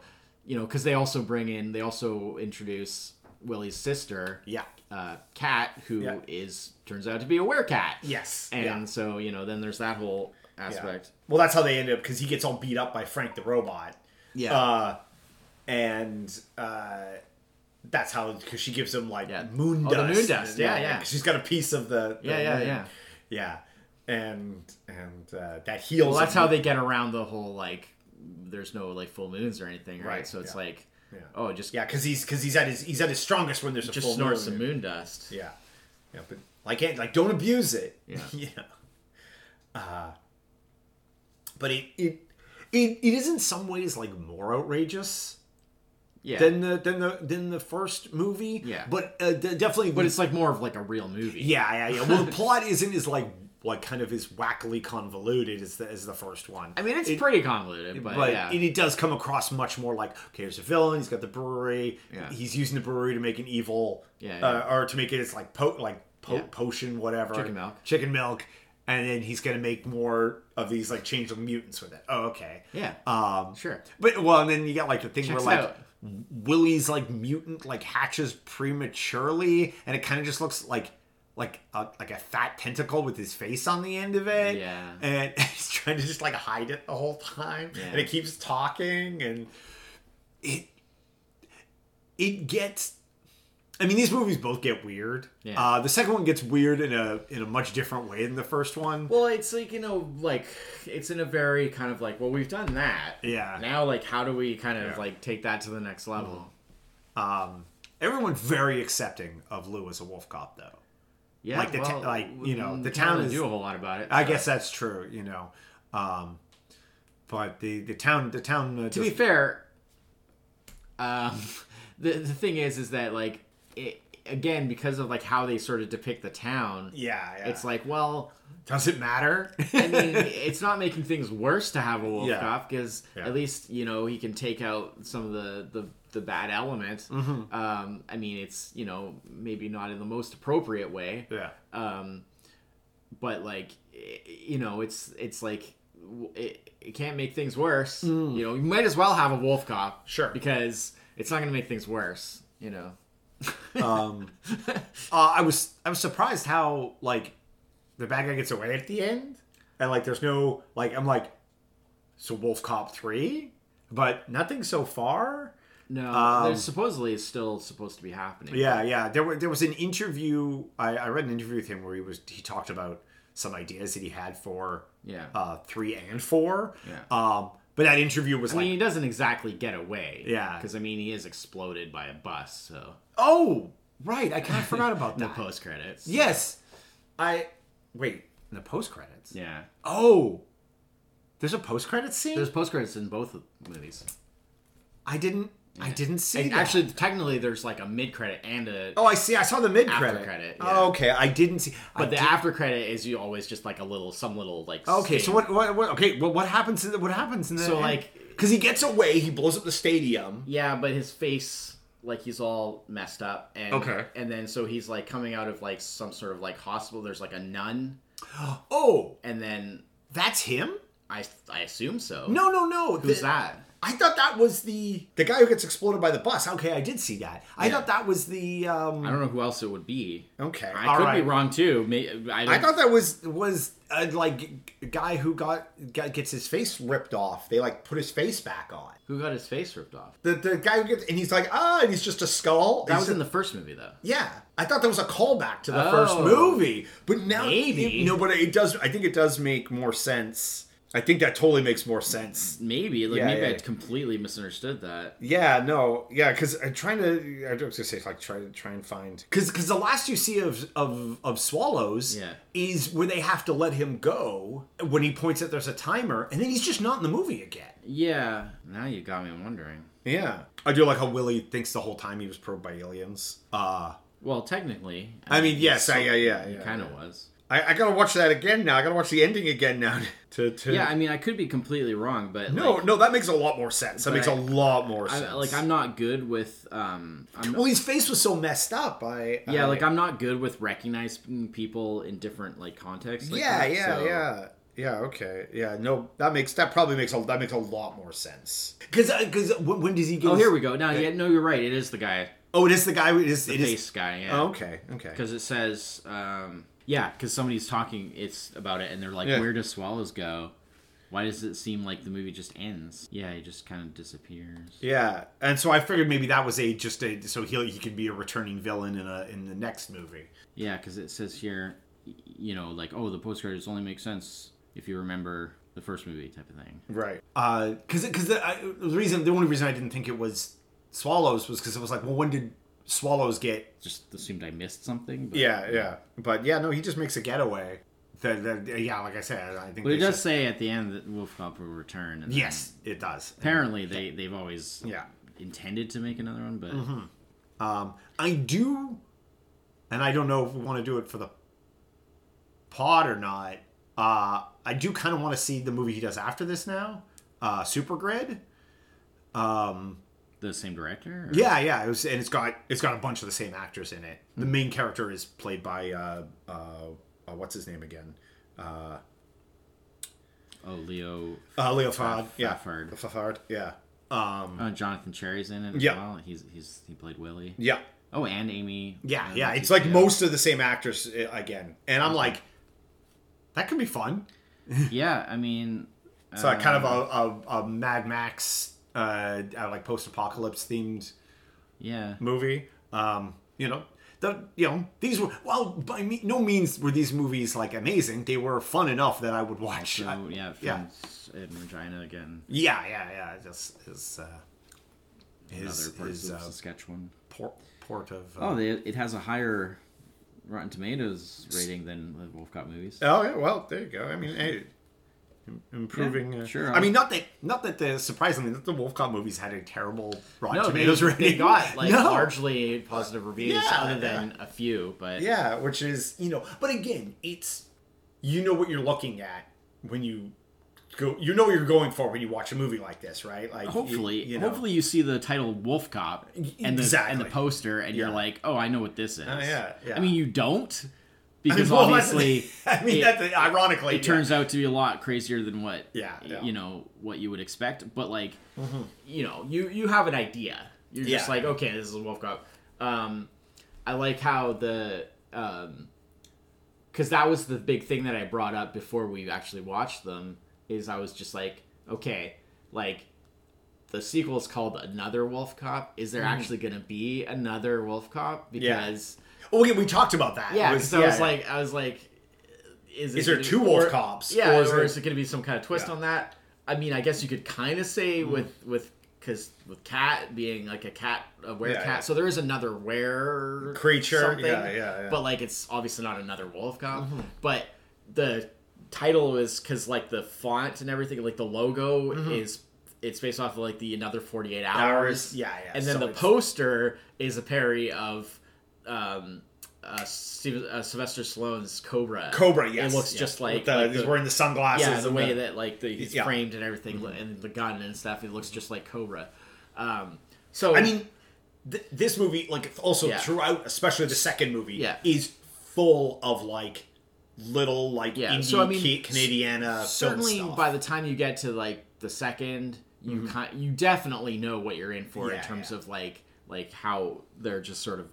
you know because they also bring in they also introduce Willie's sister
yeah.
uh Cat who is
Yeah.
turns out to be a werecat
Yes.
and
yeah. Uh,
so you know then there's that whole aspect
Well, that's how they ended up because he gets all beat up by Frank the robot,
yeah
uh, and uh, that's how because she gives him like
Yeah.
moon
Oh,
dust.
the moon dust, yeah, yeah.
'cause She's got a piece of the, the
yeah yeah
moon.
yeah
yeah, and and uh, that heals.
Well, that's
him.
how they get around the whole like there's no like full moons or anything, right?
Right,
so it's
yeah.
like
Yeah.
oh, just
yeah, because he's because he's at his he's at his strongest when there's a
just
full
snort
moon.
some moon dust.
Yeah, yeah, but like eh, like don't abuse it.
Yeah.
yeah. Uh, but it it it it is in some ways like more outrageous.
Yeah.
than the than the than the first movie.
Yeah.
but uh, de- definitely.
but it's like more of like a real movie.
yeah, yeah, yeah. Well, the plot isn't as like like kind of as wackily convoluted as the as the first one.
I mean it's
It-
pretty convoluted, but,
but
yeah.
it, it does come across much more like okay, there's a villain. He's got the brewery.
Yeah.
he's using the brewery to make an evil.
Yeah,
uh, or to make it as like po- like po-
Yeah.
potion whatever
Chicken milk.
chicken milk. And then he's gonna make more of these like changeling mutants with it. Oh, okay.
yeah.
Um,
sure.
but well, and then you got like the thing
Checks
where like
out.
Willie's like mutant like hatches prematurely, and it kind of just looks like like a, like a fat tentacle with his face on the end of it.
Yeah.
and he's trying to just like hide it the whole time,
Yeah.
and it keeps talking, and it it gets I mean, these movies both get weird.
Yeah.
Uh, the second one gets weird in a in a much different way than the first one.
Well, it's like you know, like it's in a very kind of like, well, we've done that.
Yeah. Mm-hmm.
Now, like, how do we kind of
Yeah.
like take that to the next level?
Everyone's very accepting of Lou as a wolf cop, though.
Yeah.
Like the ta-
well,
like, you know,
we
the
can't
town
really
is-
do a whole lot about it.
I
so.
guess that's true, you know. Um, but the the town the town uh,
To be fair, um, the the thing is, is that like it again because of like how they sort of depict the town.
yeah, yeah.
It's like, well,
does it matter?
I mean, it's not making things worse to have a wolf
Yeah.
cop because
Yeah.
at least you know he can take out some of the the, the bad elements.
Mm-hmm.
Um, I mean, it's you know maybe not in the most appropriate way,
yeah,
um, but like i- you know, it's it's like w- it, it can't make things worse. You know, you might as well have a wolf cop,
Mm. Sure.
because it's not going to make things worse. You know,
uh, I was I was surprised how like the bad guy gets away at the end, and like there's no like I'm like, so Wolf Cop three, but nothing so far.
no, there's supposedly is still supposed to be happening.
Um, Yeah, yeah. There were there was an interview. I, I read an interview with him where he was he talked about some ideas that he had for
Yeah.
uh, three and four.
Yeah.
Um, but that interview was
I
like,
mean, he doesn't exactly get away.
Yeah.
Because, I mean, he is exploded by a bus, so.
oh right, I kind of forgot about
In the
that.
post credits.
yes, I wait in the post credits.
Yeah.
Oh, there's a post credit scene.
There's post credits in both of the movies.
I didn't. I didn't see.
And
that.
actually, technically, there's like a mid credit and a.
Oh, I see. I saw the mid
After
credit.
credit, yeah.
Oh, okay, I didn't see. I
but the
did-
after credit is you always just like a little, some little like.
Okay, so
sting.
what? What? what okay, well, what happens? In the, what happens in the?
So, like-
because he gets away. He
blows up the stadium.
Yeah, but his face, like he's all messed up, and
Okay.
and then so he's like coming out of like some sort of like hospital. There's like a nun,
Oh,
and then
that's him.
I I assume so.
No, no, no.
who's
The-
that?
I thought that was the the guy who gets exploded by the bus. Okay, I did see that. I
Yeah.
thought that was the.
I
um
don't know who else it would be.
Okay,
I
all
could be
right.
wrong too. May- I,
I
don't-
thought that was was uh, like g- guy who got, got gets his face ripped off. They like put his face back on.
who got his face ripped off.
The the guy who gets and he's like ah, and he's just a skull.
That
He's
was
a-
in the first movie though.
Yeah, I thought that was a callback to the
Oh.
first movie, but now
Maybe.
no, but it does. I think it does make more sense. I think that totally makes more sense.
Maybe like
Yeah,
maybe
yeah,
I
yeah.
completely misunderstood that.
Yeah, no, yeah, because I'm trying to. I was gonna say like try to try and find because because the last you see of of of swallows
Yeah.
is where they have to let him go when he points out there's a timer, and then he's just not in the movie again.
Yeah, now you got me wondering.
Yeah, I do like how Willie thinks the whole time he was probed by aliens. Uh
Well, technically,
I mean, yes, I, yeah, yeah, yeah.
kind of was.
I, I gotta watch that again now. I gotta watch the ending again now. To, to
Yeah, I mean, I could be completely wrong, but
no,
like,
no, that makes a lot more sense. That
But
makes a
I-
lot more
I,
sense.
like I'm not good with um. I'm
well, his face was so messed up. I
yeah,
I-
like I'm not good with recognizing people in different like contexts. Like
yeah,
that,
yeah,
so-
yeah, yeah. Okay, yeah. No, that makes that probably makes a that makes a lot more sense. Because because uh, when, when does he get?
Oh, here we go. No, yeah, no, you're right. It is the guy,
Oh, it is the guy. It is
the
it is-
face guy. Yeah.
Oh, okay, okay.
because it says um, yeah because somebody's talking it's about it and they're like
Yeah.
where do swallows go why does it seem like the movie just ends yeah he just kind of disappears
Yeah, and so I figured maybe that was a just a so he he could be a returning villain in a in the next movie.
yeah because it says here y- you know like oh the postcards only make sense if you remember the first movie type of thing
right because because Uh, the, I- the reason the only reason i didn't think it was swallows was because it was like well when did swallows get
just assumed i missed something but,
yeah yeah but yeah no he just makes a getaway the, the, yeah like i said i think
but
they
it does
should-
say at the end that wolf cop will return and then
yes it does
apparently they they've always
yeah Mm-hmm.
intended to make another one but
um i do and i don't know if we want to do it for the pod or not uh i do kind of want to see the movie he does after this now uh supergrid
the same director or-
Yeah, yeah, it was, and it's got it's got a bunch of the same actors in it. The main character is played by uh, uh, uh what's his name again?
oh leo
Uh, Leo Fard. Yeah,
Fafard.
Fafard. Yeah, um,
Uh, Jonathan Cherry's in it as
Yeah.
well. He's he's he played Willie.
yeah,
Oh, and Amy.
yeah,
uh,
yeah. It's
Leticia.
like most of the same actors uh, again, and I'm like, that could be fun.
Yeah, I mean,
It's like kind
Um,
of a, a, a Mad Max, uh, uh, like post apocalypse themed
yeah.
movie. Um, You know, the you know these were well by me, no means were these movies like amazing. They were fun enough that I would watch. I-
So, yeah,
Uh, yeah,
films in Regina again.
yeah, yeah, yeah. Just his uh, his,
Another part
his
of
uh,
Saskatchewan.
port, port of uh,
Oh, they, it has a higher Rotten Tomatoes rating than the Wolfcott
Uh,
movies.
Oh yeah, well there you go. I mean, hey, im- improving.
Yeah,
uh,
sure.
I mean, not that not that the surprisingly not the Wolfcott movies had a terrible Rotten
no, they,
Tomatoes rating.
they got like
No.
largely positive reviews,
Yeah,
other than a few. But
Yeah, which is you know, but again, it's you know what you're looking at when you go. You know what you're going for when you watch a movie like this, right? Like you-
hopefully,
you know.
hopefully you see the title Wolf Cop and the and
exactly.
the poster, and
Yeah.
you're like, oh, I know what this is.
yeah, yeah.
I mean, you don't because
Well, that's-
obviously
I mean,
it-
that's ironically,
it turns out to be a lot crazier than what
Yeah, yeah. Mm-hmm.
you know what you would expect but like you know you you have an idea you're just
Yeah.
like okay this is a wolf cop um i like how the um because that was the big thing that i brought up before we actually watched them is i was just like okay like the sequel is called another wolf cop is
Mm.
there actually gonna be another wolf cop because
Oh yeah, we talked about that.
yeah,
It
because I was
yeah.
like, I was like, is, it
Is there
gonna-
two wolf cops,
Yeah,
or
or
is
is,
there-
it going to be some kind of twist
Yeah. Mm-hmm.
on that? I mean, I guess you could kind of say with with because with cat being like a cat, a were cat,
yeah.
so there is another were
Creature, yeah, yeah, Mm-hmm. yeah.
But like, it's obviously not another wolf cop. But the title is because like the font and everything, like the logo
Mm-hmm.
is. It's based off of like the another forty eight hours,
Hours, yeah, yeah.
and then
So
the
it's-
poster is a parody of um, uh, Steve, uh, Sylvester Stallone's Cobra.
Cobra. Yes,
it looks
yeah.
just like,
With uh, the,
like
he's
the-
wearing the sunglasses.
yeah, the
and
way that like the, he's
Yeah. Mm-hmm.
framed and everything, and the gun and stuff. It looks just like Cobra. Um, so
I mean, th- this movie, like also
Yeah.
throughout, especially the second movie,
Yeah.
is full of like little like
Yeah,
indie
so, I mean,
Ca- Canadiana
certainly
film stuff. Mm-hmm.
by the time you get to like the second, you ki- you definitely know what you're in for
Yeah,
in terms
yeah.
of like like how they're just sort of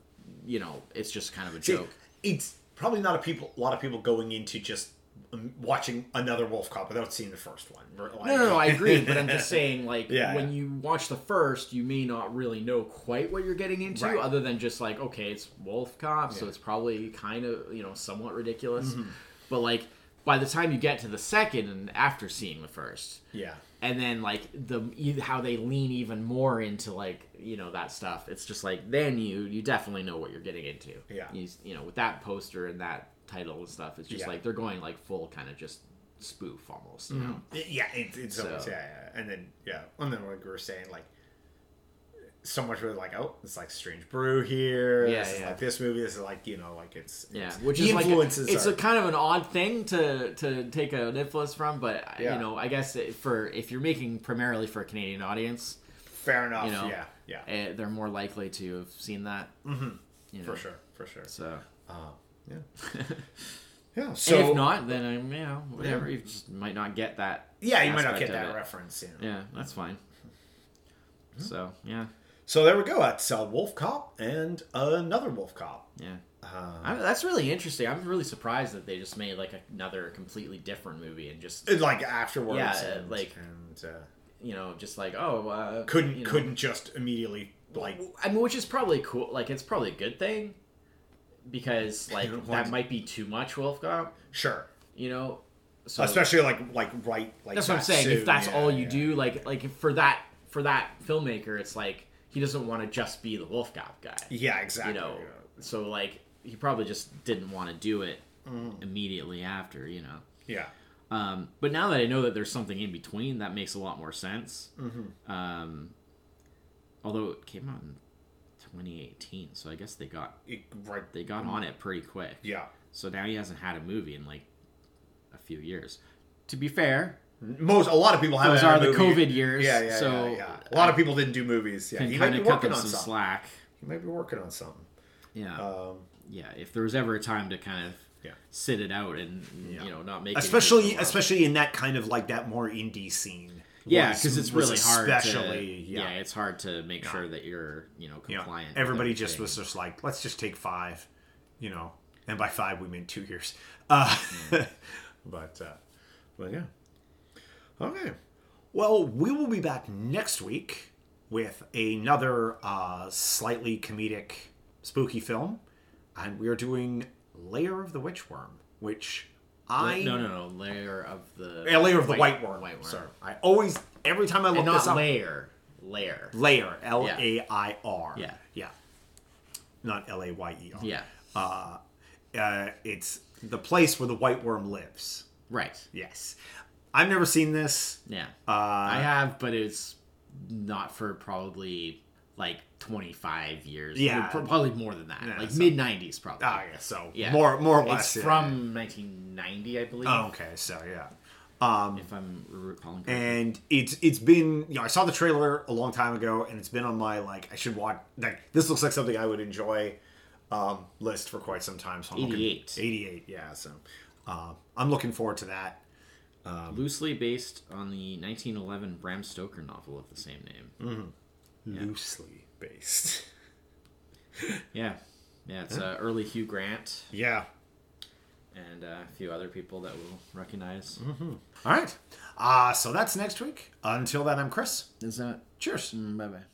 you know it's just kind of a
See,
joke.
It's probably not a people a lot of people going into just um, watching another Wolf Cop without seeing the first one. Or, like-
No, no, no, I agree, but I'm just saying, like,
Yeah,
when
yeah.
you watch the first, you may not really know quite what you're getting into,
Right.
other than just like, okay, it's Wolf Cop, so it's probably kind of you know somewhat ridiculous.
Mm-hmm.
But like, by the time you get to the second, and after seeing the first,
Yeah.
and then like the e- how they lean even more into like you know that stuff, it's just like then you you definitely know what you're getting into.
Yeah.
you, s- you know with that poster and that title and stuff, it's just
Yeah.
like they're going like full kind of just spoof almost.
Mm-hmm.
You know?
Yeah, it, it's
So-
almost, yeah, yeah, yeah. and then yeah, and then like we were saying, like so much was like, oh, it's like Strange Brew here.
Yeah,
this is
yeah.
like this movie. This is like you know, like it's
Yeah,
it's-
which
the
is
influences.
like a, it's
are,
a kind of an odd thing to to take an influence from, but I-
Yeah.
you know, I guess it, for if you're making primarily for a Canadian audience,
fair enough.
you know,
yeah, yeah,
eh, they're more likely to have seen that. Mm-hmm. You know,
for sure, for sure.
So,
Yeah, yeah.
so
So
if not, then I'm, you know, whatever. You just might not get that.
yeah, you might not
aspect
get
of
that
it.
reference. You know.
Yeah, that's fine.
Hmm.
So yeah,
So there we go. That's uh, Wolf Cop and another Wolf Cop.
yeah.
Uh,
I, that's really interesting. I'm really surprised that they just made like another completely different movie and just
And, uh, Like afterwards,
Yeah,
and,
like-
and uh,
you know just like oh uh,
couldn't
you know.
couldn't just immediately like
I mean, which is probably cool. Like, it's probably a good thing because like
don't want
that
to-
might be too much Wolf Cop,
sure,
you know. So
especially like like right like
that's what I'm
that
saying.
soon,
if that's
yeah,
all you
yeah.
do, like like for that for that filmmaker, it's like he doesn't want to just be the Wolf Cop guy,
yeah, exactly.
you know.
yeah.
So like he probably just didn't want to do it immediately after, you know.
Yeah.
Um, but now that I know that there's something in between, that makes a lot more sense. Um, although it came out in 2018, so I guess they got
It, right.
they got on it pretty quick.
Yeah.
So now he hasn't had a movie in like a few years. To be fair,
Most a lot of people haven't.
Those
had
are
a
the
movie.
COVID years,
Yeah, yeah,
so
yeah, yeah. A lot of people didn't do movies. Yeah,
can
he might
kind
be
of cut
working
them
on
some
something.
slack.
He might be working on something.
Yeah,
Um,
yeah. If there was ever a time to kind of
Yeah.
sit it out and you know not make it
especially
into a-
especially in that kind of like that more indie scene.
yeah,
Was-
because it's
was
really hard.
Especially,
to,
yeah,
yeah. it's hard to make sure that you're you know
you know,
compliant. with
everybody just
everything.
was just like, let's just take five, you know, and by five we meant two years. Uh,
but, uh, but yeah. Okay.
Well, we will be back next week with another uh, slightly comedic spooky film, and we are doing Layer of the Witch Worm, which I
no, no, no. Layer of the
A layer of the white, worm.
White worm.
Sorry, I always every time I look
And not
this up,
layer. Layer.
layer L A I R.
Yeah.
yeah, not L A Y E R.
Yeah.
uh, it's the place where the white worm lives.
Right.
Yes, I've never seen this.
Yeah.
Uh,
I have, but it's not for probably like 25 years.
Yeah.
Pro- Probably more than that.
Yeah,
like
so-
mid 90s, probably.
Ah, yeah, so
Yeah.
more more or less
It's
yeah.
from 1990, I believe.
Oh, okay, so yeah.
If I'm recalling correctly.
and it's it's been you know I saw the trailer a long time ago, and it's been on my like I should watch like this looks like something I would enjoy um, list for quite some time. So I'm looking-
88.
88, yeah. So uh, I'm looking forward to that.
Loosely based on the 1911 Bram Stoker novel of the same name.
Loosely based,
Yeah. Yeah, it's uh, early Hugh Grant
yeah.
and uh, a few other people that we'll recognize.
All right, uh, so that's next week. Until then, I'm Chris.
Is that?
Cheers.
Bye bye.